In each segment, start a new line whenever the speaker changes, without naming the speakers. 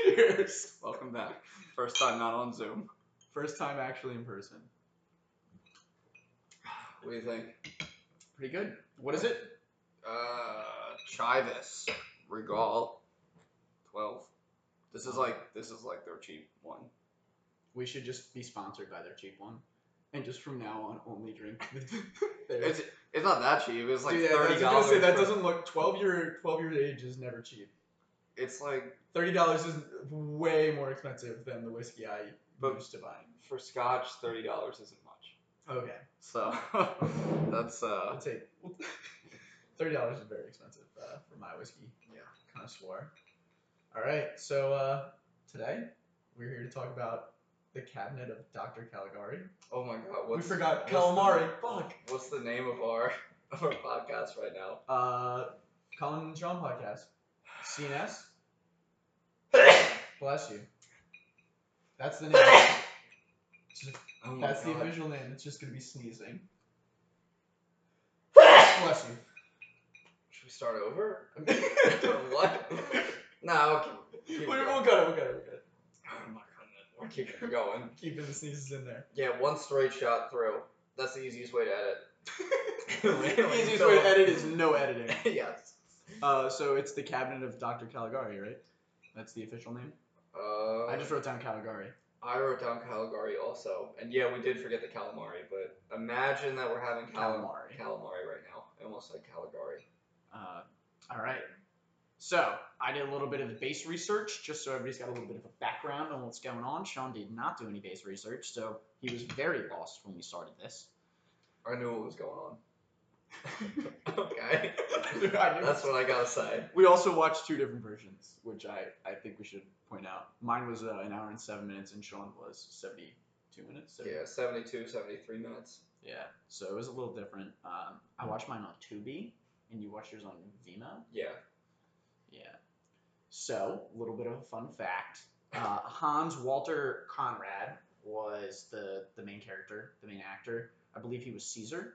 Cheers.
Welcome back. First time not on Zoom.
First time actually in person.
What do you think?
Pretty good. What is it?
Uh, Chivas Regal, twelve. This is like this is like their cheap one.
We should just be sponsored by their cheap one, and just from now on, only drink. their-
It's it's not that cheap. It's like
Dude, yeah, I was
thirty
gonna
dollars.
say, that doesn't look twelve year twelve year age is never cheap.
It's like
Thirty dollars is way more expensive than the whiskey I
But-
used to buying.
for Scotch, thirty dollars isn't much.
Okay,
So that's uh.
I'll take. Thirty dollars is very expensive uh, for my whiskey.
Yeah.
kind of swore. All right, so uh, today we're here to talk about the cabinet of Dr. Caligari.
Oh my god, what's
we
what's
forgot
the-
calamari. Fuck.
What's the name of our of our podcast right now?
Uh, Colin and Sean podcast. CNS. Bless you. That's the name.
Oh my
That's the
God.
official name. It's just gonna be sneezing. Bless you.
Should we start over?
Wait,
what? No, okay. keep
we'll
going.
cut it. We'll cut it. We'll cut it.
Oh my goodness, we're keeping going.
Keeping the sneezes in there.
Yeah, one straight shot through. That's the easiest way to edit.
the easiest way to edit is no editing.
yes.
Uh, so it's the cabinet of Dr. Caligari, right? That's the official name.
Uh,
I just wrote down Caligari.
I wrote down Caligari also, and yeah, we did forget the calamari. But imagine that we're having calamari
Calamari.
calamari right now. I almost said Caligari.
Uh, all right. So I did a little bit of base research, just so everybody's got a little bit of a background on what's going on. Sean did not do any base research, so he was very lost when we started this.
I knew what was going on. okay,
I knew-
that's what I gotta say.
We also watched two different versions, which I, I think we should point out. Mine was uh, an hour and seven minutes, and Sean was 72 minutes. so-
Yeah, 72, 73 minutes.
Yeah. So it was a little different. Um, I watched mine on Tubi, and you watched yours on Vimeo?
Yeah.
Yeah. So, a little bit of a fun fact uh, Hans Walter Conrad was the, the main character, the main actor. I believe he was Caesar.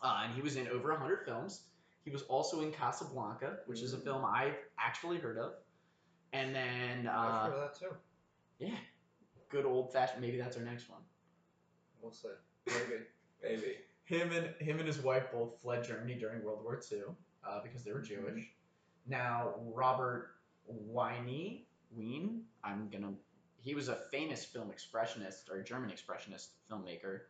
Uh, and he was in over 100 films. He was also in Casablanca, which is a
Mm.
film I've actually heard of. And then,
I've
uh,
heard that too.
yeah, good old fashioned. Maybe that's our next one.
We'll see. Maybe. Maybe.
him and him and his wife both fled Germany during World War II uh, because they were Jewish. Now Robert Weine, Wien, I'm gonna. He was a famous film expressionist or German expressionist filmmaker,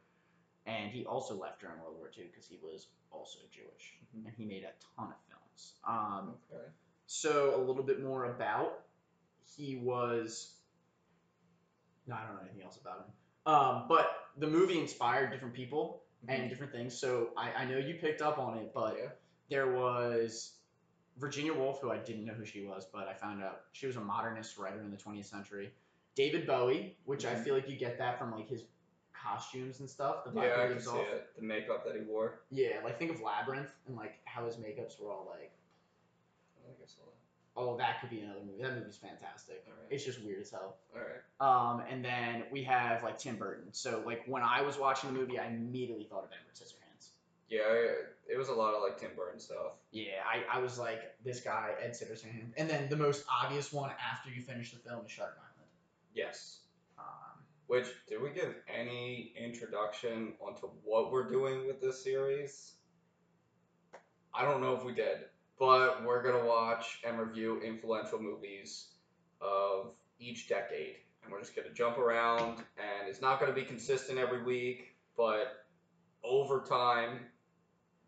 and he also left during World War II because he was also Jewish,
Mhm.
and he made a ton of films. Um,
Okay.
so a little bit more about he was. No, I don't know anything else about him. Um, but the movie inspired different people
Mm-hmm.
and different things. So I, I know you picked up on it, but
Yeah.
there was Virginia Woolf, who I didn't know who she was, but I found out she was a modernist writer in the 20th century. David Bowie, which I
Mhm.
feel like you get that from like his costumes and stuff. The
yeah,
vibe
I
he
can
gives
see
off.
it. The makeup that he wore.
Yeah, like think of Labyrinth and like how his makeups were all like,
I think I saw that.
oh, that could be another movie. That movie's fantastic.
All right.
It's just weird as hell.
All right.
Um, and then we have like Tim Burton. So like when I was watching the movie, I immediately thought of Edward Scissorhands.
Yeah, I- it was a lot of like Tim Burton stuff.
Yeah, I, I was like this guy Ed Scissorhands, and then the most obvious one after you finish the film is Shutter Island.
Yes.
Um,
Which did we give any introduction onto what we're doing with this series? I don't know if we did, but we're gonna watch and review influential movies of each decade, and we're just gonna jump around, and it's not gonna be consistent every week, but over time,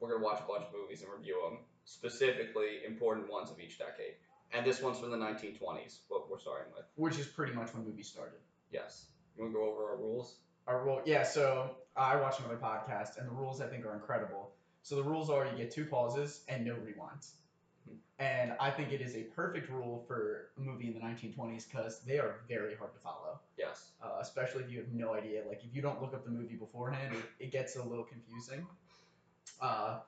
we're gonna watch a bunch of movies and review them, specifically important ones of each decade. And this one's from the 1920s, what we're starting with.
which is pretty much when movies started.
Yes. You wanna go over our rules?
Our rule, yeah. So I watch another podcast, and the rules I think are incredible. So the rules are you get two pauses and no rewinds, and I think it is a perfect rule for a movie in the 1920s because they are very hard to follow,
Yes.
uh, especially if you have no idea. Like if you don't look up the movie beforehand, it, it gets a little confusing. Uh,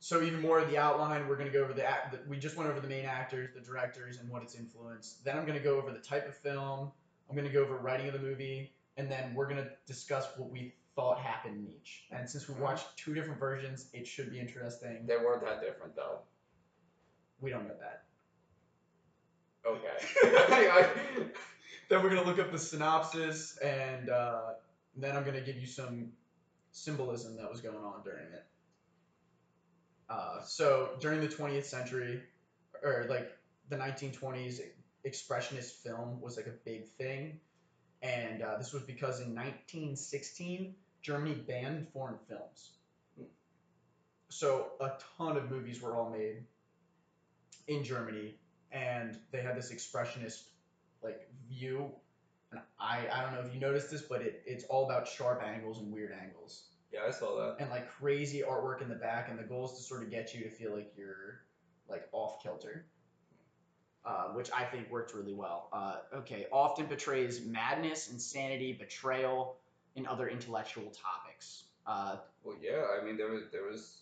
so even more of the outline, we're going to go over the, act- the. We just went over the main actors, the directors, and what it's influenced. Then I'm going to go over the type of film. I'm going to go over writing of the movie, and then we're going to discuss what we thought happened in each. And since we watched two different versions, it should be interesting.
They weren't that different though.
We don't know that.
Okay.
I- then we're gonna look up the synopsis, and uh, then I'm gonna give you some symbolism that was going on during it. Uh, so during the 20th century, or like the 1920s, expressionist film was like a big thing, and uh, this was because in 1916 Germany banned foreign films. So a ton of movies were all made in Germany, and they had this expressionist like view. And I, I don't know if you noticed this, but it, it's all about sharp angles and weird angles
yeah, I saw that.
and like crazy artwork in the back, and the goal is to sort of get you to feel like you're like off kilter, uh, which I think worked really well. Uh, okay, often portrays madness, insanity, betrayal, and other intellectual topics. Uh,
Well, yeah. I mean, there was there was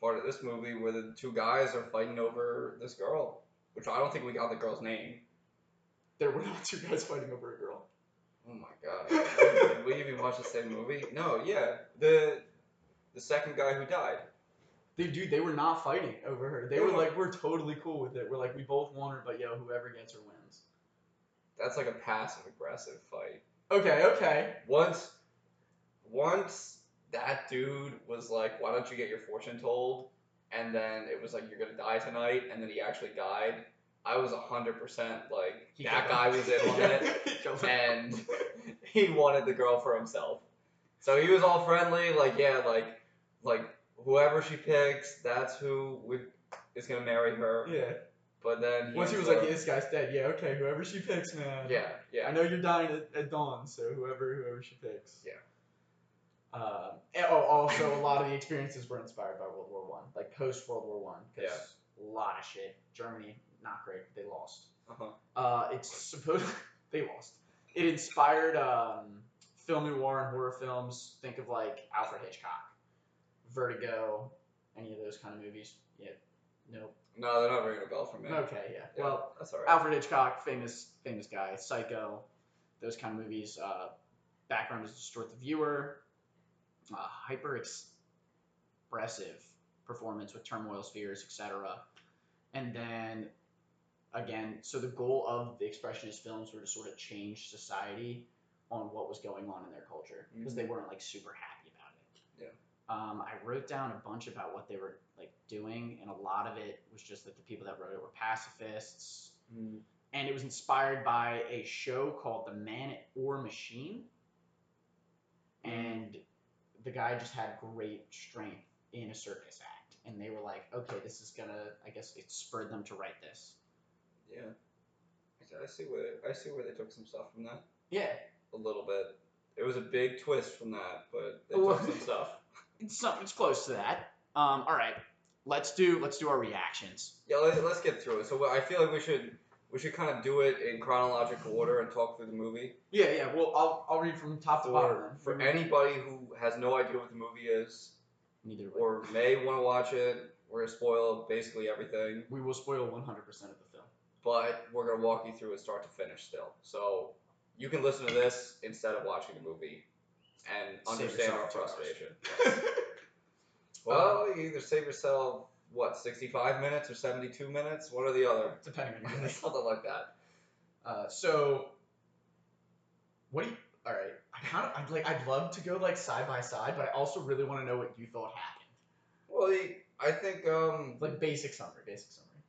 part of this movie where the two guys are fighting over this girl, which I don't think we got the girl's name.
there were not two guys fighting over a girl.
Oh my god. Did we even watch the same movie? No, yeah. The the second guy who died.
They, dude, they were not fighting over her. They
They
were
were-
like, we're totally cool with it. We're like, we both want her, but yo, whoever gets her wins.
That's like a passive aggressive fight.
Okay, okay.
Once once that dude was like, Why don't you get your fortune told? And then it was like you're gonna die tonight, and then he actually died. I was hundred percent like
He
that
killed
guy was in on it
He killed her.
and he wanted the girl for himself. So he was all friendly, like yeah, like like whoever she picks, that's who we, is gonna marry her.
Yeah.
But then
Once he
ends
was like,
up-
yeah, this guy's dead. Yeah, okay, whoever she picks, man.
yeah,
I
yeah,
know you're dying at, at dawn, so whoever whoever she picks.
Yeah.
Um, and- oh, also a lot of the experiences were inspired by World War One, like post World War One, because a lot of shit. Germany, not great. They lost.
Uh-huh.
Uh, it's supposed they lost. It inspired um, film noir and horror films. Think of like Alfred Hitchcock, Vertigo, any of those kind of movies. Yeah. Nope.
No, they're not ringing a bell for me.
Okay. Yeah.
Yeah,
Well,
that's all right.
Alfred Hitchcock, famous famous guy, Psycho, those kind of movies. Uh, background is to distort the viewer. Uh, hyper expressive performance with turmoil spheres, etc. And then again, so the goal of the expressionist films were to sort of change society on what was going on in their culture because they weren't like super happy about it.
Yeah.
Um, I wrote down a bunch about what they were like doing, and a lot of it was just that the people that wrote it were pacifists,
Mm.
and it was inspired by a show called The Man or Machine.
Mm.
And the guy just had great strength in a circus act. And they were like, okay, this is going to, I guess it spurred them to write this.
Yeah, I- I see where I see where they took some stuff from that
Yeah.
a little bit. It was a big twist from that, but they
Well-
took some stuff.
It's something it's close to that. Um, all right. Let's do let's do our reactions.
Yeah, let's, let's get through it. So I feel like we should we should kind of do it in chronological order and talk through the movie.
Yeah, yeah. Well, I'll, I'll read from top to bottom.
for,
then.
for anybody who has no idea what the movie is
Neither way.
or may want to watch it, we're gonna spoil basically everything,
we will spoil 100% of the film.
but we're gonna walk you through it start to finish still. So you can listen to this instead of watching the movie and
Save
understand our
yourself two hours.
frustration. Well, Oh, you either save yourself what sixty-five minutes or seventy-two minutes, one or the other,
Depending on your
something like that.
Uh, so, what do you? All right, I kind of I'd like I'd love to go like side by side, but I also really want to know what you thought happened.
Well, you- I think um,
Like basic summary, basic summary.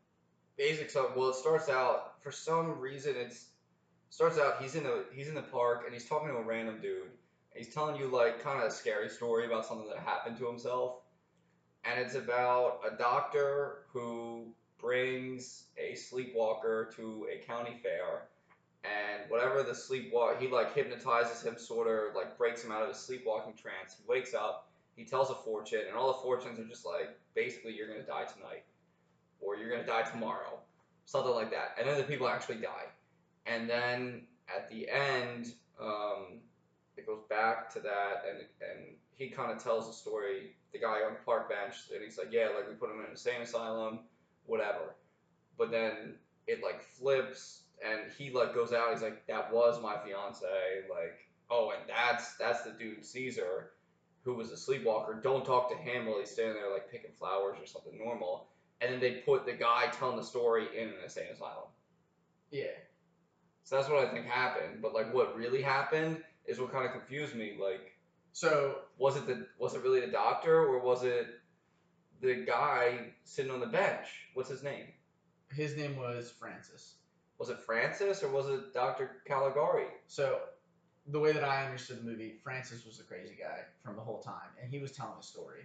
basic stuff. Well, it starts out for some reason. It's starts out he's in the he's in the park and he's talking to a random dude. And he's telling you like kind of a scary story about something that happened to himself, and it's about a doctor who brings a sleepwalker to a county fair, and whatever the sleepwalk he like hypnotizes him, sort of like breaks him out of his sleepwalking trance. He wakes up. He tells a fortune, and all the fortunes are just like basically you're gonna die tonight, or you're gonna die tomorrow, something like that. And then the people actually die. And then at the end, um, it goes back to that, and and he kind of tells the story. The guy on the park bench, and he's like, "Yeah, like we put him in an insane asylum, whatever." But then it like flips, and he like goes out. He's like, "That was my fiance." Like, oh, and that's that's the dude Caesar, who was a sleepwalker. Don't talk to him while he's standing there like picking flowers or something normal. And then they put the guy telling the story in an insane asylum.
Yeah.
So that's what I think happened. But like, what really happened is what kind of confused me. Like,
So
was it the was it really the doctor or was it the guy sitting on the bench? What's his name?
his name was Francis.
Was it Francis or was it Doctor Caligari?
So the way that I understood the movie, Francis was the crazy guy from the whole time, and he was telling a story,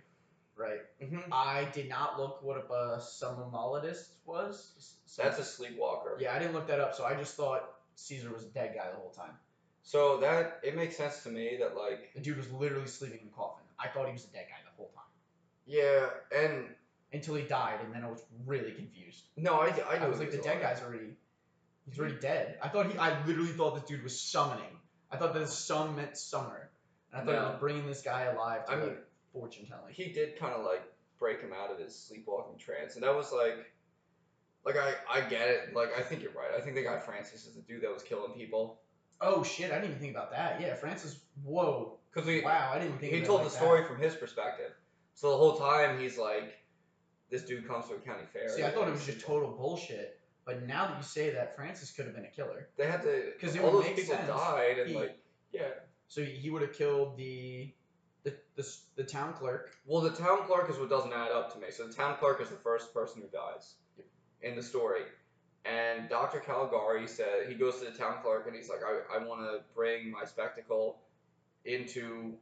right?
Mm-hmm.
I did not look what a uh, somnambulist was. S-
That's a sleepwalker.
yeah, I didn't look that up, so I just thought Caesar was a dead guy the whole time.
So that it makes sense to me that like
The dude was literally sleeping in a coffin. I thought he was a dead guy the whole time
yeah, and
until he died, and then I was really confused.
no, I I,
I,
knew
was
he
like, the
alive.
dead guy's already, he's already dead. I thought he, I literally thought this dude was summoning. I thought that sum meant summer, and I thought it
No.
was bringing this guy alive to
I mean-
like, fortune telling.
he did kind of like break him out of his sleepwalking trance, and that was like, like I I get it. Like I think you're right. I think the guy Francis is the dude that was killing people
Oh shit! I didn't even think about that. Yeah, Francis. Whoa!
because we
wow, I didn't even think.
he
of it
told
like
the
that.
story from his perspective. So the whole time he's like, this dude comes to a county fair.
See, I
and
thought it
he's
was just
sleepwalking.
total bullshit. But now that you say that, Francis could have been a killer.
They had to
'Cause it
all
would
those
make
people
sense.
died and
He-
like yeah.
So he- he would have killed the, the the the town clerk.
Well, the town clerk is what doesn't add up to me. So the town clerk is the first person who dies in the story. And Dr. Caligari said he goes to the town clerk and he's like, I, I want to bring my spectacle into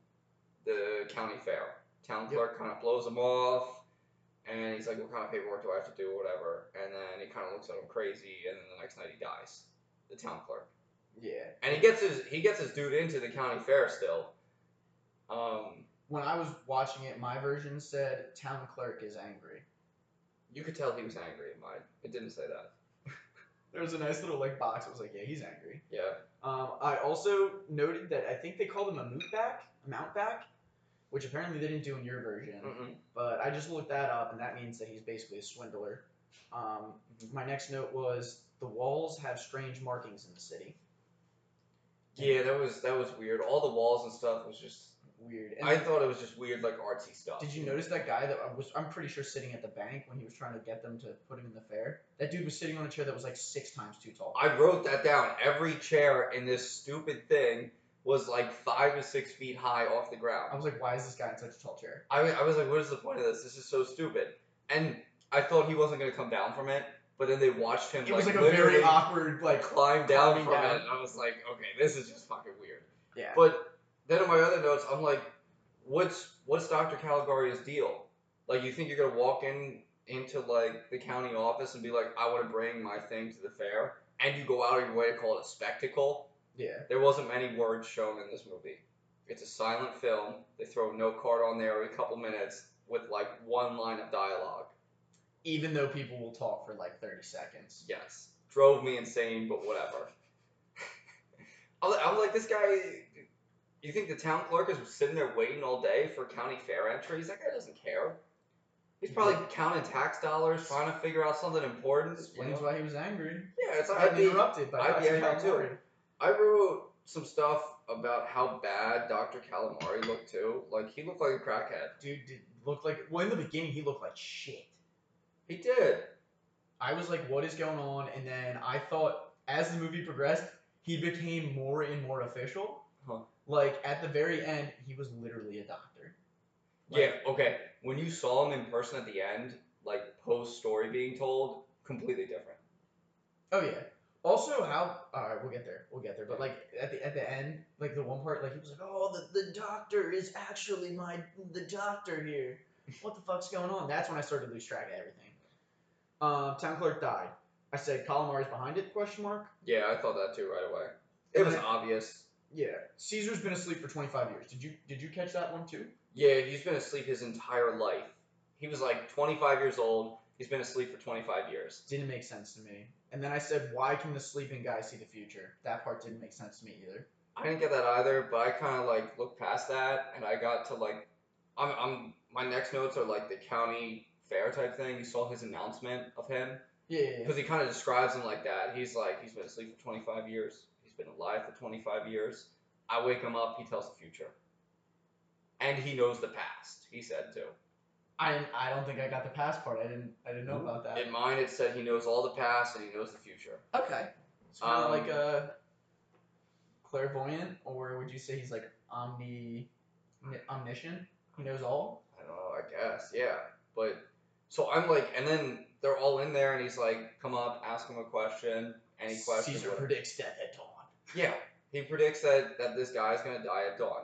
the county fair. Town
Yep.
clerk kind of blows him off and he's like, What kind of paperwork do I have to do or whatever? And then he kind of looks at him crazy and then the next night he dies. The town clerk.
Yeah.
And he gets his he gets his dude into the county fair still. Um,
When I was watching it, my version said town clerk is angry.
you could tell he was angry in mine. It didn't say that.
There was a nice little like box. It was like, yeah, he's angry.
Yeah.
Um, I also noted that I think they called him a mootback, a mountback, which apparently they didn't do in your version.
Mm-mm.
but I just looked that up, and that means that he's basically a swindler. Um, my next note was the walls have strange markings in the city.
Yeah, that was that was weird. All the walls and stuff was just.
Weird. And
I thought it was just weird, like artsy stuff.
did you notice that guy that I was? I'm pretty sure sitting at the bank when he was trying to get them to put him in the fair. That dude was sitting on a chair that was like six times too tall.
I wrote that down. Every chair in this stupid thing was like five to six feet high off the
I
ground.
was like, why is this guy in such a tall chair?
I was, I was like, what is the point of this? This is so stupid. And I thought he wasn't gonna come down from it, but then they watched him
It was like a
literally
very awkward like.
climb down
climbing
from
down.
it, and I was like, okay, this is just fucking weird.
Yeah.
But then on my other notes, I'm like, what's what's Dr. Caligari's deal? Like, you think you're gonna walk in into like the county office and be like, I want to bring my thing to the fair, and you go out of your way to call it a spectacle?
Yeah.
There wasn't many words shown in this movie. It's a silent film. They throw a note card on there every couple minutes with like one line of dialogue.
Even though people will talk for like 30 seconds.
Yes, drove me insane, but whatever. I'm, li- I'm like, this guy. You think the town clerk is sitting there waiting all day for county fair entries? That guy doesn't care. He's probably counting tax dollars, trying to figure out something important. you
Explains
know?
why he was angry.
Yeah, it's
Got
I'd be,
interrupted by
I'd be
Dr.
angry too.
Caligari.
I wrote some stuff about how bad Dr. Calamari looked too. Like he looked like a crackhead.
Dude did, looked like well in the beginning he looked like shit.
He did.
I was like, what is going on? And then I thought as the movie progressed, he became more and more official.
Huh.
Like at the very end, he was literally a doctor.
Yeah, okay. When you saw him in person at the end, like post story being told, completely different.
Oh yeah. Also, how all right, we'll get there. We'll get there. But like at the at the end, like the one part, like he was like, "Oh, the, the doctor is actually my the doctor here." What the fuck's going on? That's when I started to lose track of everything. Um, town clerk died. I said, "Calamari's behind it?" Question mark.
Yeah, I thought that too right away. It was
And I-
obvious.
Yeah. Caesar's been asleep for twenty five years. Did you did you catch that one too?
Yeah, he's been asleep his entire life. He was like 25 years old. He's been asleep for 25 years.
didn't make sense to me. And then I said, why can the sleeping guy see the future? That part didn't make sense to me either.
I didn't get that either, but I kind of like looked past that and I got to like, I'm, I'm, my next notes are like the county fair type thing. You saw his announcement of him
Yeah, yeah, yeah.
because he kind of describes him like that. He's like, he's been asleep for 25 years. He's been alive for 25 years. I wake him up. He tells the future. And he knows the past, he said too.
I didn't, I don't think I got the past part. I didn't I didn't know about that.
In mine, it said he knows all the past and he knows the future.
Okay. It's kind
Um,
of like a clairvoyant, or would you say he's like omni omniscient? He knows all.
I don't know, I guess. Yeah. But so I'm like, and then they're all in there, and he's like, come up, ask him a question, any question.
Caesar
whatever.
predicts death at dawn.
yeah. He predicts that, that this guy is going to die at dawn,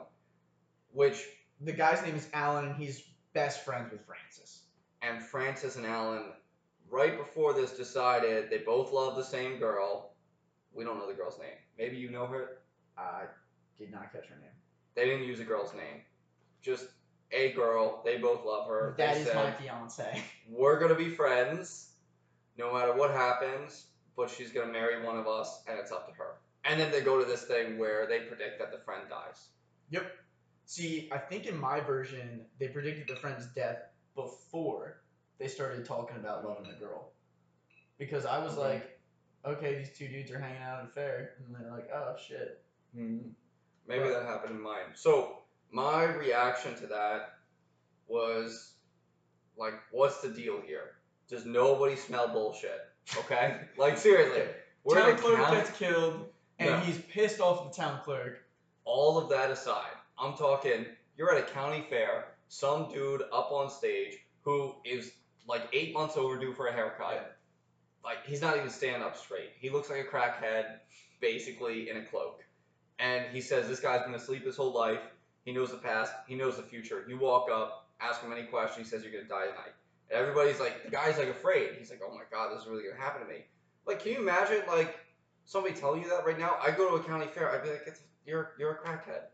which,
The guy's name is Alan, and he's best friends with Francis.
and Francis and Alan, right before this, decided they both love the same girl. We don't know the girl's name. Maybe you know her.
I did not catch her name.
They didn't use a girl's name. Just a girl. They both love her.
That
they
is
said,
my fiance.
we're gonna be friends no matter what happens but she's gonna marry one of us and it's up to her and then they go to this thing where they predict that the friend dies
See, I think in my version, they predicted the friend's death before they started talking about loving the girl. Because I was
Mhm.
like, okay, these two dudes are hanging out at a fair. And they're like, oh, shit.
maybe
Right.
that happened in mine so my reaction to that was like what's the deal here does nobody smell bullshit okay like seriously we're
town
gonna
clerk
count-
gets killed, and
No.
he's pissed off at the town clerk.
all of that aside, I'm talking you're at a county fair, some dude up on stage who is like eight months overdue for a haircut. Like he's not even standing up straight. He looks like a crackhead, basically in a cloak. And he says this guy's been asleep his whole life. He knows the past. He knows the future. You walk up, ask him any question. He says you're gonna die tonight. And everybody's like, the guy's like afraid. He's like, oh my god, this is really gonna happen to me. Like, can you imagine like somebody telling you that right now? I go to a county fair. I'd be like, it's, you're you're a crackhead.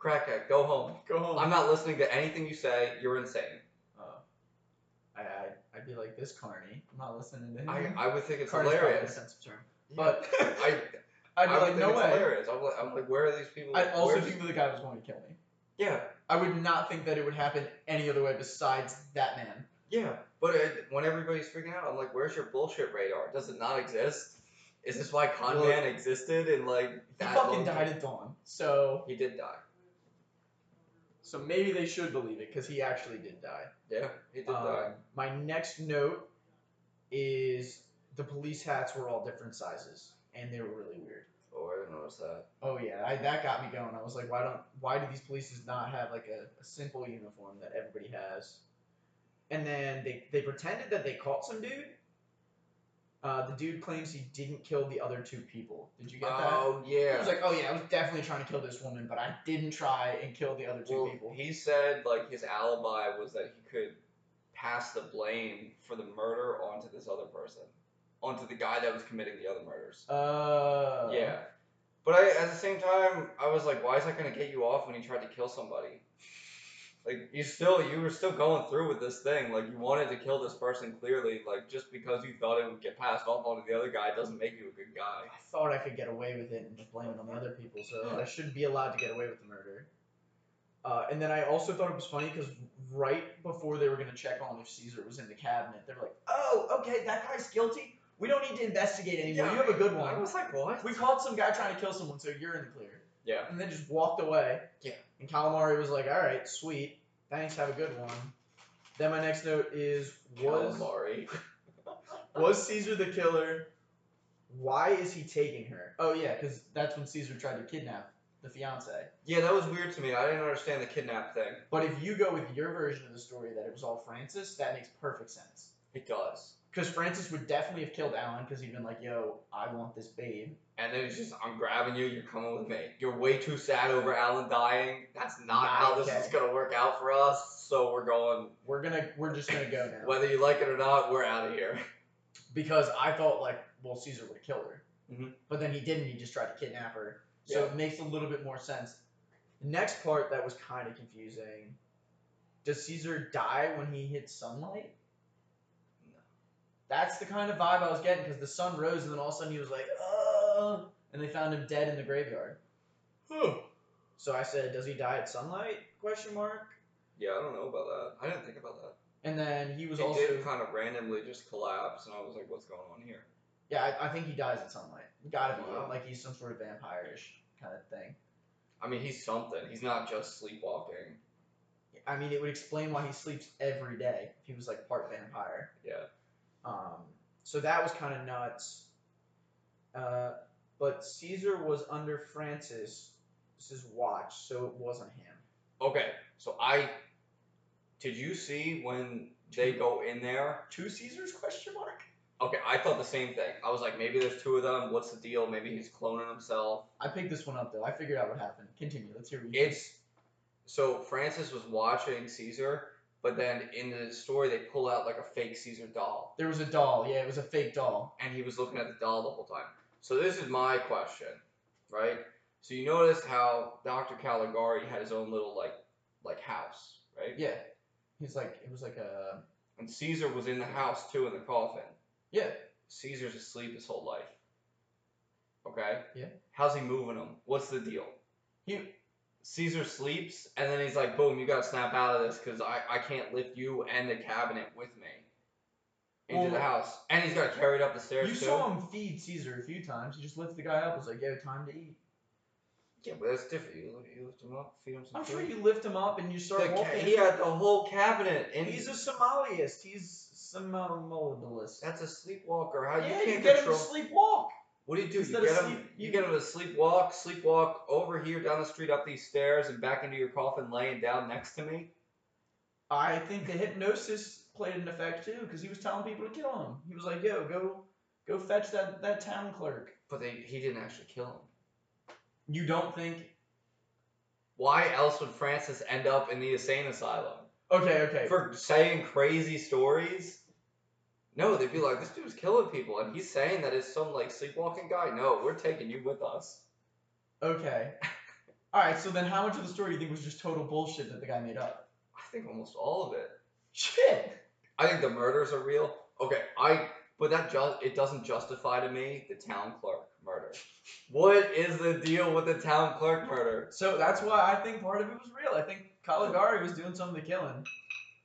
Crackhead, go home.
Go home.
I'm not listening to anything you say. You're insane.
Oh. I, I, I'd be like, this carny. I'm not listening to him.
I, I would think it's
Carney's probably a
hilarious.
sensitive term.
But I,
I'd be
I would
like,
think
no
it's
way.
hilarious. I'm like, I'm like, where are these people?
I'd also
where's-
think that the guy was going to kill me.
yeah,
I would not think that it would happen any other way besides that man.
yeah. But it, when everybody's freaking out, I'm like, where's your bullshit radar? Does it not exist? Is this why Con
Well-
Man existed? And like,
He
that
fucking
long-
died at dawn. So
He did die.
so maybe they should believe it because he actually did die.
Yeah, he did
Um,
die.
My next note is the police hats were all different sizes and they were really weird.
Oh, I didn't notice that.
Oh yeah, I, that got me going. I was like, why don't why do these polices not have like a, a simple uniform that everybody has? And then they, they pretended that they caught some dude. Uh, the dude claims he didn't kill the other two people. Did you get that?
Oh
He
yeah.
was like, "Oh yeah, I was definitely trying to kill this woman, but I didn't try and kill the other two
Well,
people."
he said like his alibi was that he could pass the blame for the murder onto this other person, onto the guy that was committing the other murders.
Uh,
yeah, but I at the same time I was like, why is that gonna get you off when you tried to kill somebody? Like you still you were still going through with this thing. Like you wanted to kill this person clearly. Like just because you thought it would get passed off onto the other guy doesn't make you a good guy.
I thought I could get away with it and just blame it on the other people, so I shouldn't be allowed to get away with the murder. Uh, and then I also thought it was funny because right before they were going to check on if Caesar was in the cabinet, they're like, "Oh, okay, that guy's guilty. We don't need to investigate anymore.
Yeah,
you have a good
I
one.
was like, what?
We caught some guy trying to kill someone, so you're in the clear."
Yeah.
and then just walked away.
Yeah.
And Calamari was like, "All right, sweet, thanks, have a good one." Then my next note is was
Calamari.
was Caesar the killer? Why is he taking her? Oh yeah, because that's when Caesar tried to kidnap the fiance.
Yeah, that was weird to me. I didn't understand the kidnap thing.
But if you go with your version of the story that it was all Francis, that makes perfect sense.
It does.
Because Francis would definitely have killed Alan because he'd been like, "Yo, I want this babe."
And then it's just, I'm grabbing you, you're coming with me. You're way too sad over Alan dying. That's not
Not
how this
okay.
is going to work out for us. So we're going,
We're gonna, we're just gonna go now.
whether you like it or not, we're out of here.
because I thought like, well, Caesar would have killed her,
Mhm.
but then he didn't. He just tried to kidnap her, so
Yeah.
it makes a little bit more sense. The next part that was kind of confusing: Does Caesar die when he hits sunlight?
No.
That's the kind of vibe I was getting because the sun rose and then all of a sudden he was like, "Oh!" and they found him dead in the graveyard. So I said, "Does he die at sunlight?" Question mark.
Yeah, I don't know about that. I didn't think about that.
And then he was
He
also
did kind of randomly just collapse, and I was like, what's going on here?
yeah. I, I think he dies at sunlight. Gotta be
Wow.
like he's some sort of vampire-ish kind of thing.
I mean, he's something. He's not just sleepwalking.
I mean, it would explain why he sleeps every day if he was like part vampire.
Yeah.
Um, so that was kind of nuts. Uh, but Caesar was under Francis's watch, so it wasn't him.
Okay, so I did you see when they go in there?
Two Caesars? Question mark.
Okay, I thought the same thing. I was like, maybe there's two of them. What's the deal? Maybe he's cloning himself.
I picked this one up though. I figured out what happened. Continue. Let's hear what you
It's so Francis was watching Caesar, but then in the story they pull out like a fake Caesar doll,
There was a doll. Yeah, it was a fake doll.
and he was looking at the doll the whole time. So this is my question, right? So you noticed how Dr. Caligari had his own little like like house, right?
Yeah. He's like, it was like a.
And Caesar was in the house too in the coffin.
Yeah.
Caesar's asleep his whole life. Okay?
Yeah.
How's he moving him? What's the deal?
He-
Caesar sleeps and then he's like, boom, you gotta snap out of this because I, I can't lift you and the cabinet with me into the
Well-
house. And he's got carried up the stairs
You
too.
saw him feed Caesar a few times. He just lifts the guy up. It's like, yeah, time to eat.
Yeah, but that's different. You, li- you lift him up, feed him some
I'm sure
food.
you lift him up and you
The
start
ca-
walking.
he had the whole cabinet in
He's a Somaliist. He's Somalibalist.
that's a sleepwalker. How
yeah,
you
you,
can't
get
control
him to sleepwalk.
What do you do?
Instead
you
of
get him.
sleep-
You
you-
get him to sleepwalk, sleepwalk over here, down the street, up these stairs, and back into your coffin, laying down next to me.
I think the hypnosis played an effect too, because he was telling people to kill him. He was like, "Yo, go, go fetch that that town clerk."
But they, he didn't actually kill him.
You don't think?
Why else would Francis end up in the insane asylum
Okay, okay.
for saying crazy stories? No, they'd be like, this dude's killing people, and he's saying that it's some like sleepwalking guy. No, we're taking you with us.
Okay. All right. So then, how much of the story do you think was just total bullshit that the guy made up?
I think almost all of it.
Shit.
I think the murders are real. Okay, I but that ju- it doesn't justify to me the town clerk murder. What is the deal with the town clerk murder?
So that's why I think part of it was real. I think Caligari was doing some of the killing,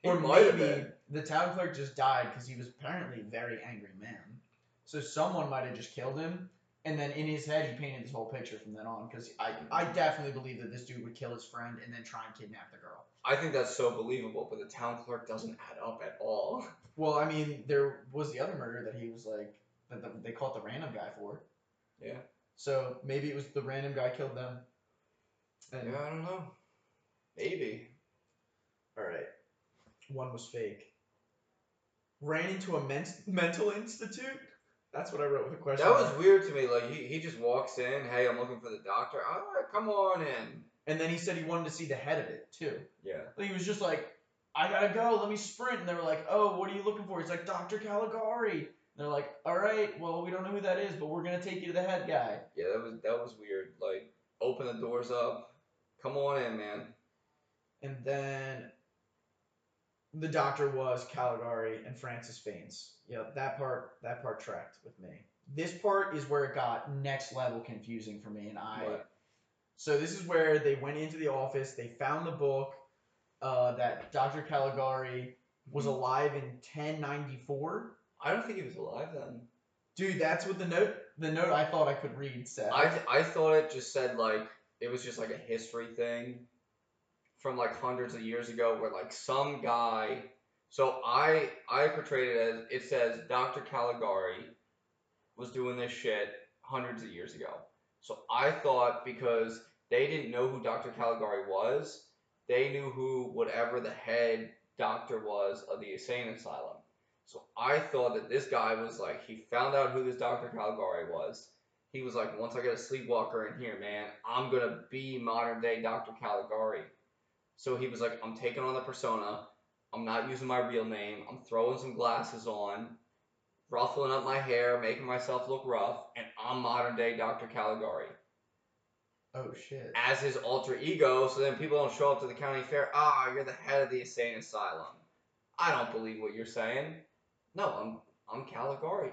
He
or
might have
maybe
been.
the town clerk just died because he was apparently a very angry man. So someone might have just killed him, and then in his head he painted this whole picture from then on. Because I, I definitely believe that this dude would kill his friend and then try and kidnap the girl.
I think that's so believable, but the town clerk doesn't add up at all.
Well, I mean, there was the other murder that he was like that the, they caught the random guy for.
Yeah.
So maybe it was the random guy killed them. And-
Yeah, I don't know. Maybe.
All right. One was fake. Ran into a men- mental institute. That's what I wrote with a question.
That was weird to me. Like he, he just walks in, hey, I'm looking for the doctor. All right, come on in.
and then he said he wanted to see the head of it too.
Yeah.
Like, he was just like, "I gotta go. Let me sprint." And they were like, "Oh, what are you looking for?" He's like, "Doctor Caligari." And they're like, "All right. Well, we don't know who that is, but we're gonna take you to the head guy."
Yeah, that was that was weird. Like, open the doors up. Come on in, man.
And then the doctor was Caligari and Francis Baines. Yeah, that part that part tracked with me. This part is where it got next level confusing for me, and I.
What?
So this is where they went into the office. They found the book uh, that Dr. Caligari
Mm-hmm.
was alive in 1094.
I don't think he was alive then.
Dude, that's what the note the note I thought I could read said.
I I thought it just said like it was just like a history thing from like hundreds of years ago where like some guy so I I portrayed it as it says Dr. Caligari was doing this shit hundreds of years ago. So I thought because they didn't know who Dr. Caligari was, they knew who whatever the head doctor was of the insane asylum. So I thought that this guy was like he found out who this Dr. Caligari was he was like, once I get a sleepwalker in here, man, I'm gonna be modern day Dr. Caligari. So he was like, I'm taking on the persona. I'm not using my real name. I'm throwing some glasses on, ruffling up my hair, making myself look rough, and I'm modern day Dr. Caligari
oh shit.
as his alter ego. So then people don't show up to the county fair. Ah, you're the head of the insane asylum. I don't believe what you're saying. No, I'm I'm Caligari.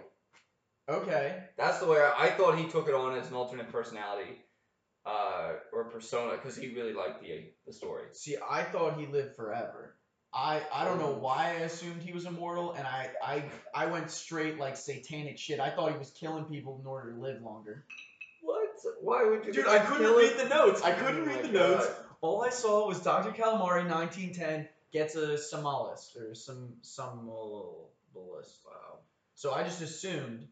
Okay.
That's the way I, I thought he took it on as an alternate personality uh, or persona because he really liked the the story.
See, I thought he lived forever. I, I don't know why I assumed he was immortal, and I, I I went straight like satanic shit. I thought he was killing people in order to live longer.
What? Why would you?
Dude, I couldn't
kill
read
it?
the notes. I
Oh
couldn't
my
read
God.
the notes. All I saw was Dr. Calamari, 1910, gets a Somalis or uh, some Somalibalist.
Wow.
So I just assumed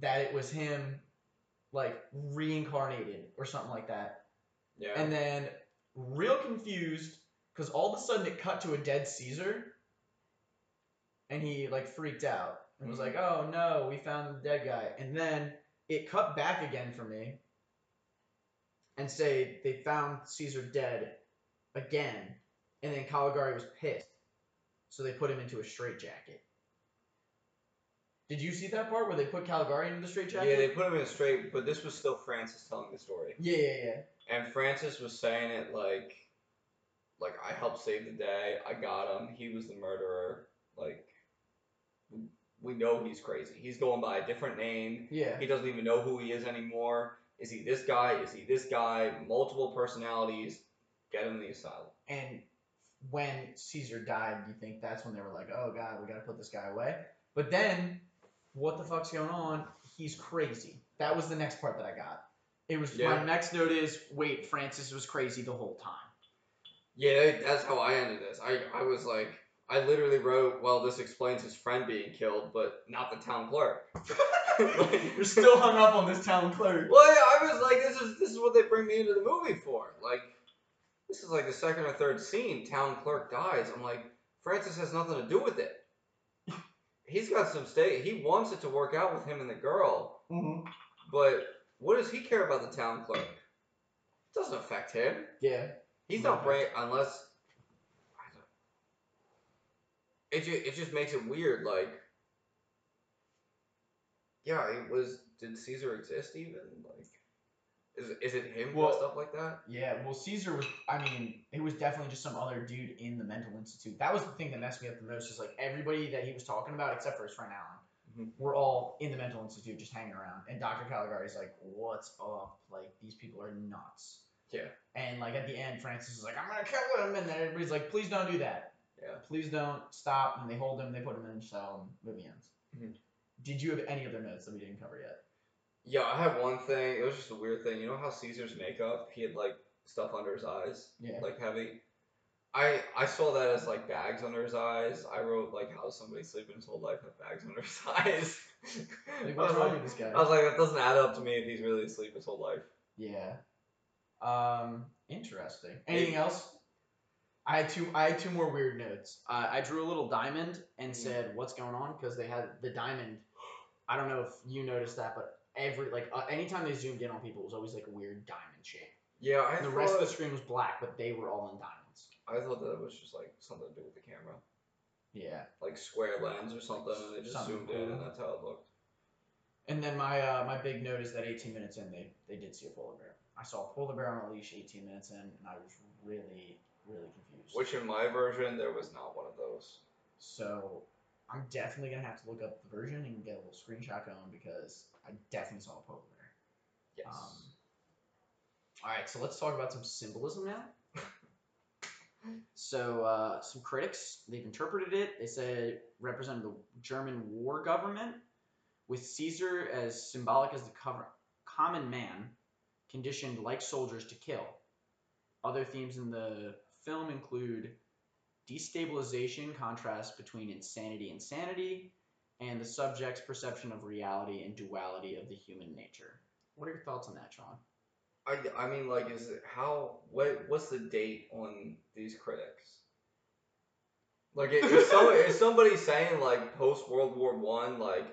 that it was him like reincarnated or something like that.
Yeah.
And then real confused because all of a sudden it cut to a dead Caesar and he like freaked out and was
Mhm.
like, oh no, we found the dead guy. And then it cut back again for me and say they found Caesar dead again. And then Caligari was pissed. So they put him into a straitjacket. Did you see that part where they put Caligari into the straitjacket?
yeah, they put him in straight, but this was still Francis telling the story.
Yeah, yeah, yeah.
And Francis was saying it like, like I helped save the day. I got him. He was the murderer. Like, we know he's crazy. He's going by a different name.
Yeah.
He doesn't even know who he is anymore. Is he this guy? Is he this guy? Multiple personalities. Get him in the asylum.
And when Caesar died, you think that's when they were like, "Oh God, we got to put this guy away." But then, what the fuck's going on? He's crazy. That was the next part that I got. It was my
Yeah.
next note is wait, Francis was crazy the whole time.
Yeah, that's how I ended this. I, I was like, I literally wrote, well, this explains his friend being killed, but not the town clerk.
You're still hung up on this town clerk.
Well, yeah, I was like, this is this is what they bring me into the movie for. Like, this is like the second or third scene. Town clerk dies. I'm like, Francis has nothing to do with it. He's got some stake. He wants it to work out with him and the girl, but what does he care about the town clerk? doesn't affect him.
Yeah,
He's not
Mhm.
brave unless. I don't- It ju- it just makes it weird. Like, yeah, it was. Did Caesar exist even? Like, is is it him
Well-
dressed up like that?
yeah. Well, Caesar was. I mean, it was definitely just some other dude in the mental institute. That was the thing that messed me up the most. Is like everybody that he was talking about, except for his friend Alan.
Mm-hmm.
we're all in the mental institute just hanging around and dr caligari's like what's up like these people are nuts
Yeah.
and like at the end francis is like i'm gonna kill him and then everybody's like please don't do that
Yeah.
please don't stop and they hold him they put him in a cell and movie ends
Mhm.
did you have any other notes that we didn't cover yet
Yeah, I had one thing. It was just a weird thing. You know how Caesar's makeup? He had like stuff under his eyes,
yeah
like heavy. I I saw that as like bags under his eyes. I wrote like how somebody sleeping his whole life had bags under his eyes. I
like, what's
was
wrong
like,
with this guy
I was like, that doesn't add up to me if he's really asleep his whole life.
yeah um interesting anything else I had two. I had two more weird notes. Uh, I drew a little diamond and
Mhm.
said, "What's going on?" Because they had the diamond. I don't know if you noticed that, but every like uh, anytime they zoomed in on people, it was always like a weird diamond shape.
Yeah, I
And the
thought,
rest of the screen was black, but they were all in diamonds.
I thought that was just like something to do with the camera,
Yeah.
like square lens or something, and they just
Something
zoomed in,
cool.
and that's how it looked.
And then my uh, my big note is that 18 minutes in, they they did see a polar bear. I saw a polar bear on a leash 18 minutes in, and I was really really confused.
Which in my version there was not one of those.
So I'm definitely gonna have to look up the version and get a little screenshot going because I definitely saw a polar bear.
Yes.
Um, all right, Um, so let's talk about some symbolism now. so uh, some critics they've interpreted it. They said it represented the German war government with Caesar as symbolic as the cover- common man, conditioned like soldiers to kill. Other themes in the film include destabilization, contrast between insanity and sanity, and the subject's perception of reality and duality of the human nature. What are your thoughts on that, Sean?
I, I mean like is it how what what's the date on these critics? Like i- is, some, is somebody saying like post World War One like,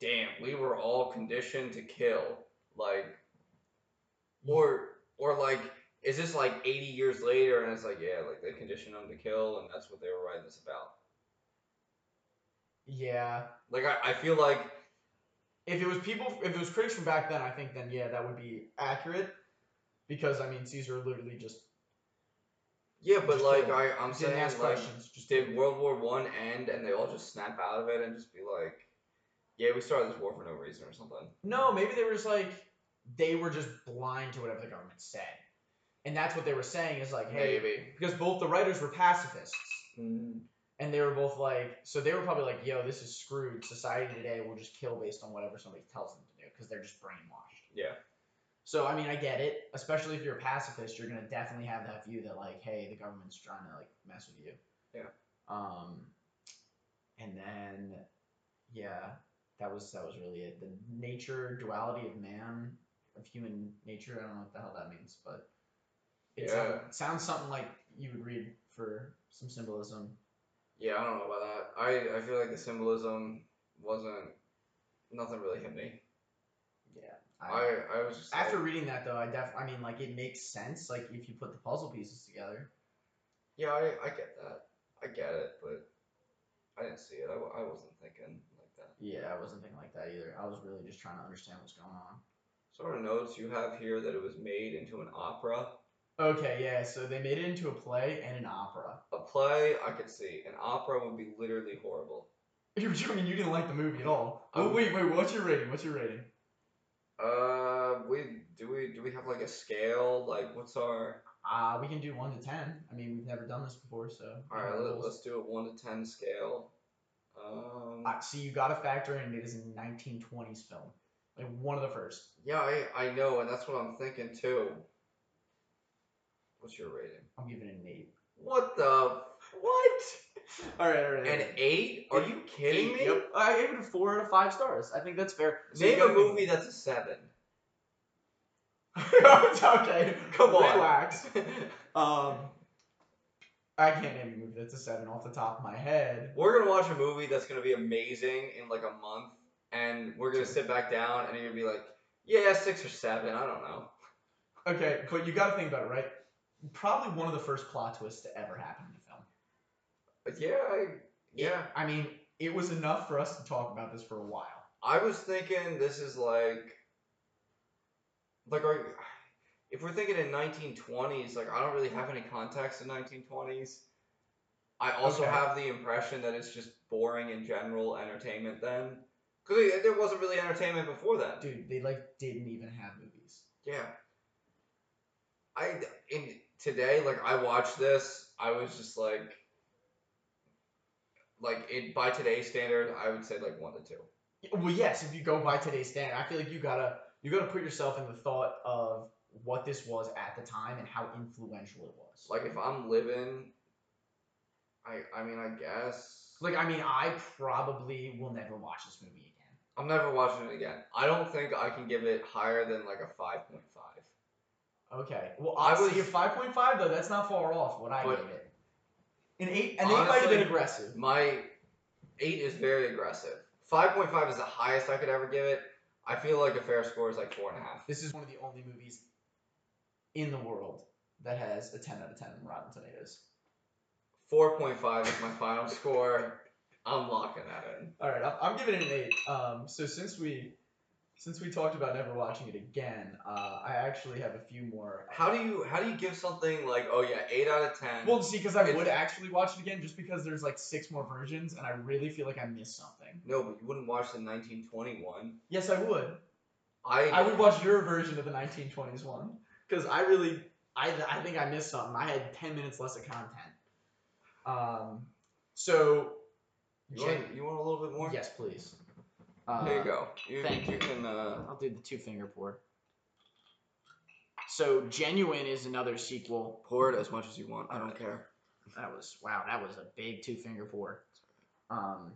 damn we were all conditioned to kill like, or or like is this like eighty years later and it's like yeah like they conditioned them to kill and that's what they were writing this about.
Yeah.
Like I, I feel like
If it was people, if it was critics from back then, I think then yeah, that would be accurate, because I mean Caesar literally just
yeah but
Just
like
kill
I I'm
didn't
saying
ask
like
questions. Just
did World War One end and they all just snap out of it and just be like, yeah, we started this war for no reason or something.
No, maybe they were just like they were just blind to whatever the government said, and that's what they were saying is like, hey,
Maybe.
because both the writers were pacifists,
Mm,
and they were both like, so they were probably like, yo, this is screwed. Society today will just kill based on whatever somebody tells them to do because they're just brainwashed.
yeah.
So I mean, I get it. Especially if you're a pacifist, you're gonna definitely have that view that like, hey, the government's trying to like mess with you.
Yeah.
Um, and then, yeah, that was that was really it. The nature duality of man, of human nature. I don't know what the hell that means, but it sound- sounds something like you would read for some symbolism.
Yeah, I don't know about that. I, I feel like the symbolism wasn't nothing really hit me.
Yeah.
I I was just
after
like,
reading that though, I def I mean like it makes sense. Like if you put the puzzle pieces together,
yeah I, I get that I get it, but I didn't see it. I, wa- I wasn't thinking like that.
yeah, I wasn't thinking like that either. I was really just trying to understand what's going on.
Sort of notes you have here that it was made into an opera.
Okay, yeah. So they made it into a play and an opera.
A play I could see. An opera would be literally horrible.
You, I mean, you didn't like the movie at all.
I
Oh,
would-
wait, wait. What's your rating? What's your rating?
Uh, we do we do we have like a scale? Like what's our?
Uh, we can do one to ten. I mean, we've never done this before, so.
All right, let, let's do a one to ten scale. Um,
Uh, so you got to factor in it is a 1920s film, like one of the first.
yeah, I I know, and that's what I'm thinking too. What's your rating?
I'm giving it an eight.
What the what?
All right, all right.
An eight? Are you kidding me?
Yep. I gave it a four out of five stars. I think that's fair. So you
Name a
gotta-
movie that's a seven.
okay.
Come on.
Relax. Um, I can't name a movie that's a seven off the top of my head.
We're gonna watch a movie that's gonna be amazing in like a month, and we're gonna sit back down and you're gonna be like, yeah, six or seven, I don't know.
Okay, but you got to think about it, right? Probably one of the first plot twists to ever happen in a film.
But yeah, I, yeah.
I mean, it was enough for us to talk about this for a while.
I was thinking this is like, like are, if we're thinking in 1920s, like I don't really have any context in 1920s. I also
Okay.
have the impression that it's just boring in general entertainment then, because there wasn't really entertainment before then.
Dude, they like didn't even have movies.
Yeah. I in today, like I watched this, I was just like, like it by today's standard, I would say like one to two.
Well, yes, if you go by today's standard, I feel like you gotta you gotta put yourself in the thought of what this was at the time and how influential it was.
Like if I'm living, I I mean I guess
like I mean, I probably will never watch this movie again.
I'm never watching it again. I don't think I can give it higher than like a five point five.
Okay. Well,
I
I was
was-
see, five point five though. That's not far off what I
But-
gave it. An eight, an eight might have
Honestly-
been aggressive.
My eight is very aggressive. Five point five is the highest I could ever give it. I feel like a fair score is like four and a half.
This is one of the only movies in the world that has a ten out of ten on Rotten Tomatoes.
Four point five is my final score. I'm locking that in.
All right, I'm, I'm giving it an eight. Um, so since we since we talked about never watching it again, uh, I actually have a few more.
How do you how do you give something like oh yeah eight out of ten?
Well, see, because I
It's-
would actually watch it again, just because there's like six more versions, and I really feel like I missed something.
no, but you wouldn't watch the 1921.
Yes, I would.
I
I would watch your version of the 1920s one because I really, I, I think I missed something. I had 10 minutes less of content. Um, so
You want, you want a little bit more?
yes, please.
There
Uh,
you go. You,
thank
you
you.
can. Uh,
I'll do the two finger pour. So genuine is another sequel.
pour it as much as you want. I don't care.
That was wow. That was a big two finger pour. Um,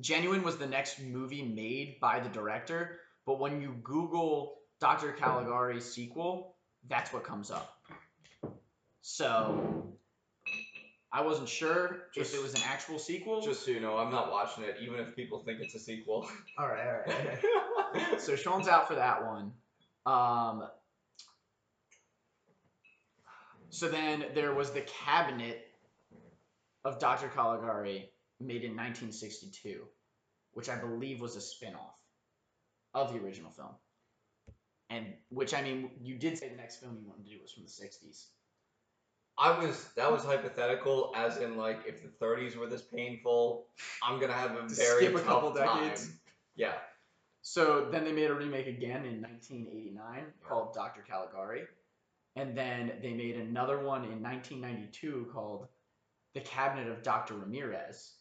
genuine was the next movie made by the director, but when you Google Dr. Caligari sequel, that's what comes up. So I wasn't sure
Just-
if it was an actual sequel.
Just so you know, I'm not watching it, even if people think it's a sequel.
all right, all right. okay. so Sean's out for that one. Um, so then there was the cabinet of Dr. Caligari made in 1962, which I believe was a spin-off of the original film. And which I mean, you did say the next film you wanted to do was from the 60s.
I was that was hypothetical, as in like if the 30s were this painful, I'm gonna have a
To
very
skip a
tough
couple
time.
decades.
Yeah.
So then they made a remake again in 1989 called Dr. Caligari. And then they made another one in 1992 called The Cabinet of Dr. Ramirez.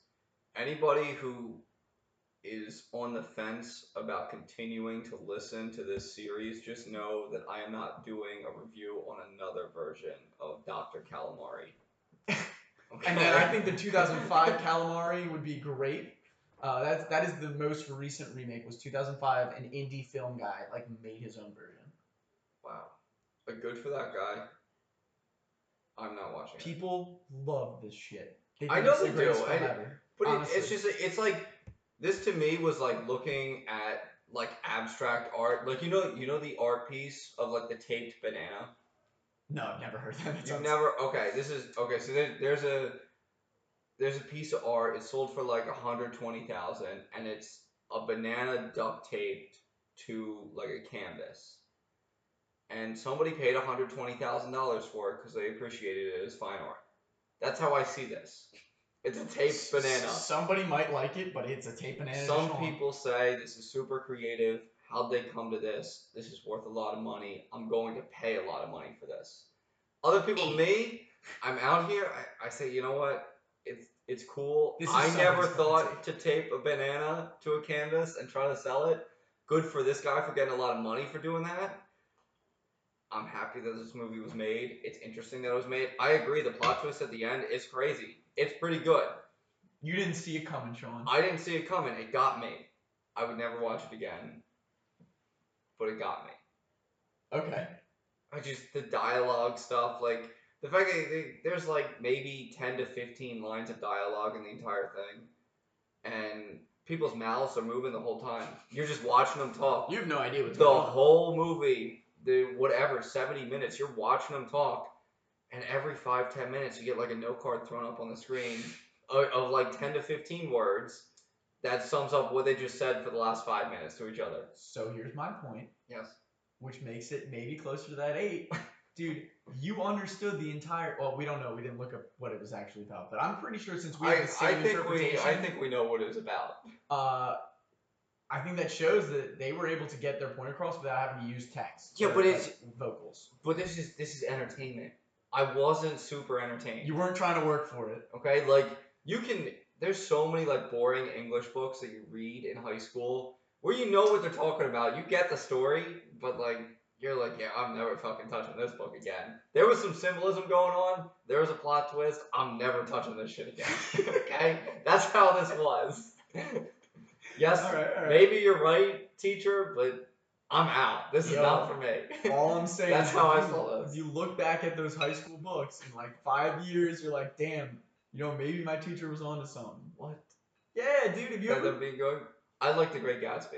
anybody who is on the fence about continuing to listen to this series, just know that I am not doing a review on another version of Dr. Calamari.
And then I think the 2005 Calamari would be great. Uh, that that is the most recent remake was 2005. An indie film guy like made his own version.
Wow. But good for that guy. I'm not watching it.
People love this shit. They
I
think
know
it's the
they do.
greatest
I-
film ever.
But it,
honestly.
it's just it's like this to me was like looking at like abstract art. Like you know you know the art piece of like the taped banana.
No, I've never heard that. that.
You've
sounds-
never okay. This is okay. So there, there's a there's a piece of art. It's sold for like hundred twenty thousand, and it's a banana duct taped to like a canvas. And somebody paid hundred twenty thousand dollars for it because they appreciated it as fine art. That's how I see this. It's a taped banana.
S- Somebody might like it, but it's a tape banana.
Some
edition.
people say this is super creative. How'd they come to this? This is worth a lot of money. I'm going to pay a lot of money for this. Other people, me, I'm out here. I, I say, you know what? It's it's cool.
This is
I never
somebody's
thought to tape a banana to a canvas and try to sell it. Good for this guy for getting a lot of money for doing that. I'm happy that this movie was made. It's interesting that it was made. I agree. The plot twist at the end is crazy. It's pretty good.
You didn't see it coming, Sean.
I didn't see it coming. It got me. I would never watch it again. But it got me.
Okay.
I just the dialogue stuff, like the fact that they, there's like maybe ten to fifteen lines of dialogue in the entire thing, and people's mouths are moving the whole time. You're just watching them talk.
You have no idea what's
the
going on.
whole movie, the whatever, seventy minutes. You're watching them talk, and every five ten minutes you get like a note card thrown up on the screen of, of like ten to fifteen words that sums up what they just said for the last five minutes to each other.
So here's my point,
Yes.
which makes it maybe closer to that eight. Dude, you understood the entire. Well, we don't know. We didn't look up what it was actually about, but I'm pretty sure since we
I,
have the same
I think we
interpretation,
I think we know what it was about.
uh, I think that shows that they were able to get their point across without having to use text.
Yeah,
or,
but
like,
it's-
vocals.
But this is this is entertainment. I wasn't super entertained.
You weren't trying to work for it.
okay, like you can. There's so many like boring English books that you read in high school where you know what they're talking about. You get the story, but like you're like, yeah, I'm never fucking touching this book again. There was some symbolism going on. There was a plot twist. I'm never touching this shit again. okay, that's how this was. yes,
All right, all right.
maybe you're right, teacher, but I'm out. This is
Yo.
not for me.
All I'm saying
That's
is
how I
if you-
saw this.
If you look back at those high school books in like five years, you're like, damn, you know, maybe my teacher was onto something.
what?
Yeah, dude, if you
Better
ever
than being good. I like The Great Gatsby.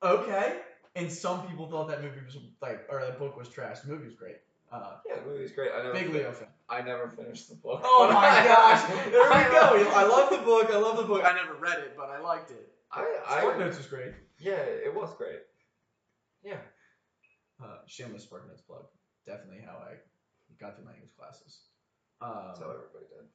Okay. And some people thought that movie was like, or the book was trash. The movie was great. Uh,
Yeah, the movie's great. I never,
big Leo fan.
I never finished the book.
Oh my gosh! There we
I-
go. I love the book. I love the book. I never read it, but I liked it.
I,
Spark
I,
Notes was great.
yeah, it was great. Yeah.
Uh, shameless Spark Notes plug. Definitely how I got through my English classes. Um,
That's how everybody did.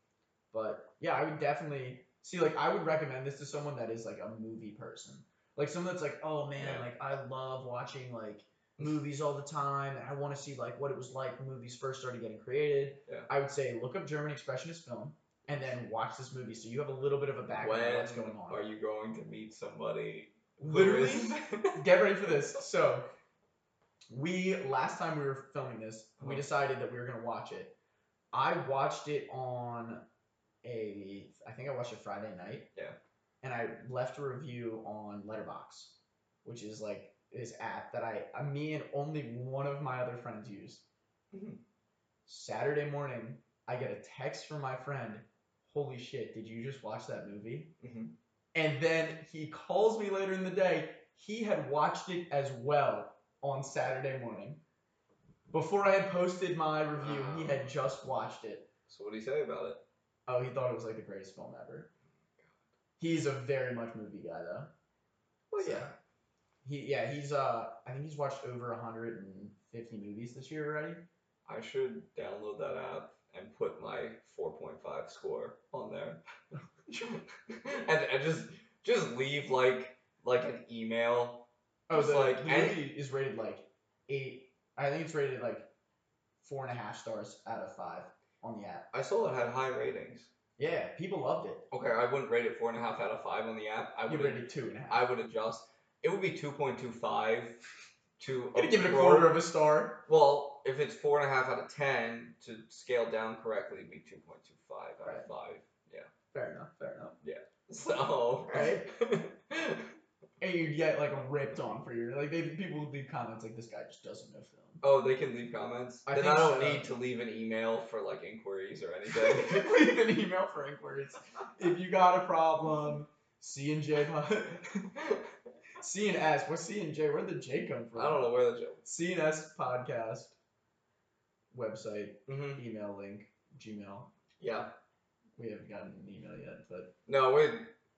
But yeah, I would definitely see. Like, I would recommend this to someone that is like a movie person, like someone that's like, oh man,
Yeah.
like I love watching like movies all the time, and I want to see like what it was like when movies first started getting created.
Yeah.
I would say look up German expressionist film and then watch this movie, so you have a little bit of a background on what's
When
going on.
are you going to meet somebody? who
Literally,
is-
get ready for this. So, we last time we were filming this, we
Uh-huh.
decided that we were gonna watch it. I watched it on a, I think I watched it Friday night.
Yeah.
And I left a review on Letterbox, which is like this app that I, uh, me and only one of my other friends use.
Mhm.
Saturday morning, I get a text from my friend. Holy shit! Did you just watch that movie?
Mhm.
And then he calls me later in the day. He had watched it as well on Saturday morning. Before I had posted my review, he had just watched it.
so what do you say about it?
Oh, he thought it was like the greatest film ever. He's a very much movie guy though.
Well,
So-
yeah.
He yeah, he's uh I think he's watched over 150 movies this year already.
I should download that app and put my 4.5 score on there. and, and just just leave like like an email.
Oh,
Just
the,
like
the
any-
movie is rated like eight. I think it's rated like four and a half stars out of five on the app.
I saw it had high ratings.
Yeah, people loved it.
Okay, I wouldn't rate it four and a half out of five on the app. I
You
would
rated two and a half.
I would adjust. It would be two point two five to
I'm gonna give it a
appro-
quarter of a star.
Well, if it's four and a half out of ten to scale down correctly, it'd be two point two five out of five.
Fair enough. Fair enough.
So
Right. and you get like ripped on for your like they people would leave comments like this guy just doesn't know film.
Oh, they can leave comments.
I
then
think
I don't
so.
need to leave an email for like inquiries or anything.
leave an email for inquiries if you got a problem. C and J, C and S. What's C and J? Where did the J come from?
I don't know where the joke.
C and S podcast website
hmm
email link Gmail.
Yeah.
We haven't gotten an email yet, but
No, we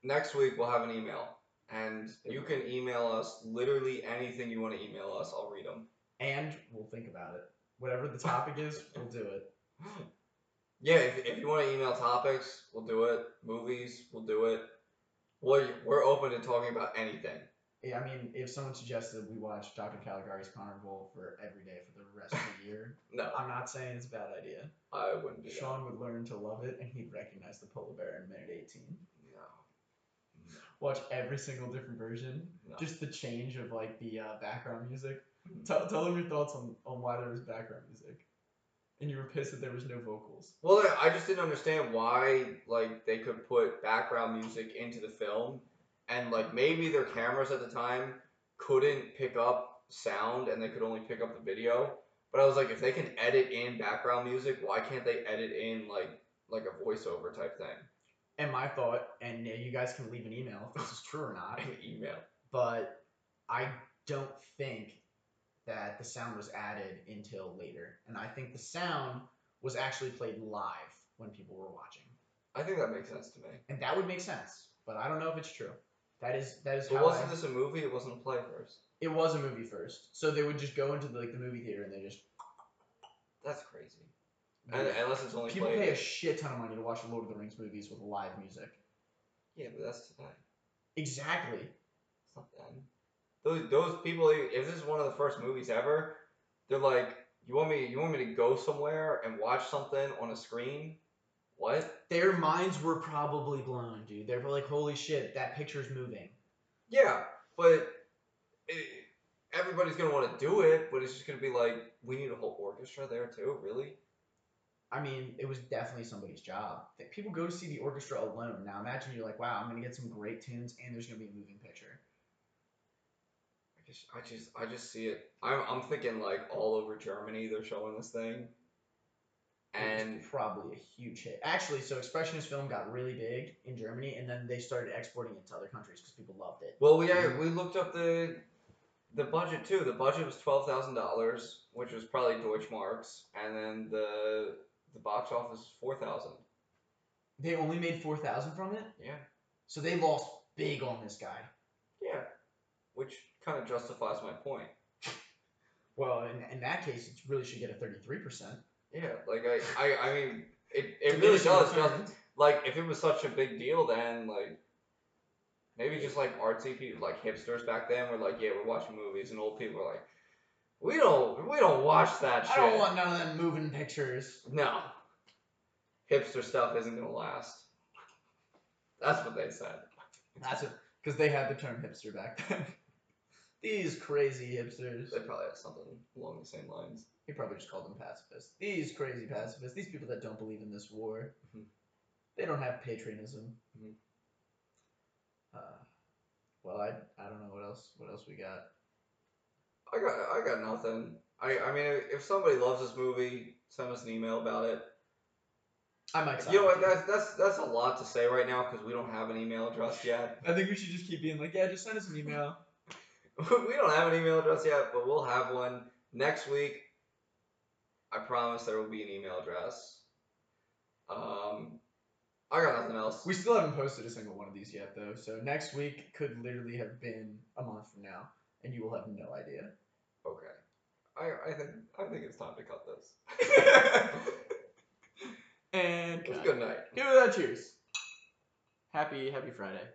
next week we'll have an email, and you can email us literally anything you want to email us. I'll read them.
and we'll think about it. Whatever the topic is, we'll do it.
Yeah, if, if you want to email topics, we'll do it. Movies, we'll do it. We're, we're open to talking about anything.
Yeah, I mean, if someone suggested we watch Dr. Caligari's Carnival for every day for the rest of the year,
No,
I'm not saying it's a bad idea.
I wouldn't do that.
Sean would learn to love it, and he'd recognize the polar bear in minute 18.
No.
Watch every single different version.
No. Hmm.
Just the change of like the uh, background music. Tell tell them your thoughts on, on why there was background music, and you were pissed that there was no vocals.
Well, I just didn't understand why like they could put background music into the film, and like maybe their cameras at the time couldn't pick up sound and they could only pick up the video. But I was like, if they can edit in background music, why can't they edit in like like a voiceover type thing?
And my thought, and uh, you guys can leave an email if this is true or not.
An email.
but I don't think that the sound was added until later. And I think the sound was actually played live when people were watching.
I think that makes sense to me.
And that would make sense, but I don't know if it's true. That is that is
So
how
wasn't
I-
this a movie? It wasn't a play first.
it was a movie first. So they would just go into the, like the movie theater and they just
That's crazy. And, unless it's only
people
played.
pay a shit ton of money to watch the Lord of the Rings movies with live music.
yeah, but that's today.
Exactly.
It's not them. Those those people. If this is one of the first movies ever, they're like, you want me you want me to go somewhere and watch something on a screen? What?
Their minds were probably blown, dude. They were like, "Holy shit, that picture's moving."
Yeah, but it, everybody's gonna want to do it, but it's just gonna be like, we need a whole orchestra there too. Really?
I mean, it was definitely somebody's job. Th- People go to see the orchestra alone. Now imagine you're like, wow, I'm gonna get some great tunes, and there's gonna be a moving picture.
I just I just I just see it. I'm I'm thinking like all over Germany they're showing this thing,
It
and
was probably a huge hit. Actually, so expressionist film got really big in Germany, and then they started exporting it to other countries because people loved it.
Well, we yeah, we looked up the the budget too. The budget was twelve thousand dollars, which was probably Deutschmarks, and then the the box office was four thousand.
They only made four thousand from it,
Yeah,
so they lost big on this guy.
yeah, which kind of justifies my point.
Well, in, in that case, it really should get a thirty-three percent.
Yeah, like I I, I mean, it, it really does. Just, like if it was such a big deal, then like maybe just like artsy people, like hipsters back then, were like, yeah, we're watching movies, and old people are like, we don't we don't watch that
I
shit.
don't want none of them moving pictures.
No. Hipster stuff isn't gonna last. That's what they said.
That's it, because they had the term hipster back then. These crazy hipsters.
They probably had something along the same lines.
He probably just called them pacifists. These crazy pacifists, these people that don't believe in this war,
Mhm.
they don't have patriotism.
Mhm.
Uh, well, I I don't know what else what else we got.
I got I got nothing. I, I mean if somebody loves this movie, send us an email about it.
I might. side
You know
with
what? That's that's that's a lot to say right now because we don't have an email address yet.
I think we should just keep being like, yeah, just send us an email.
we don't have an email address yet, but we'll have one next week. I promise there will be an email address. Um, I got nothing else.
We still haven't posted a single one of these yet, though. So next week could literally have been a month from now, and you will have no idea.
Okay. I, I think I think it's time to cut this.
And
It's good night.
give it that cheers. Happy Happy Friday.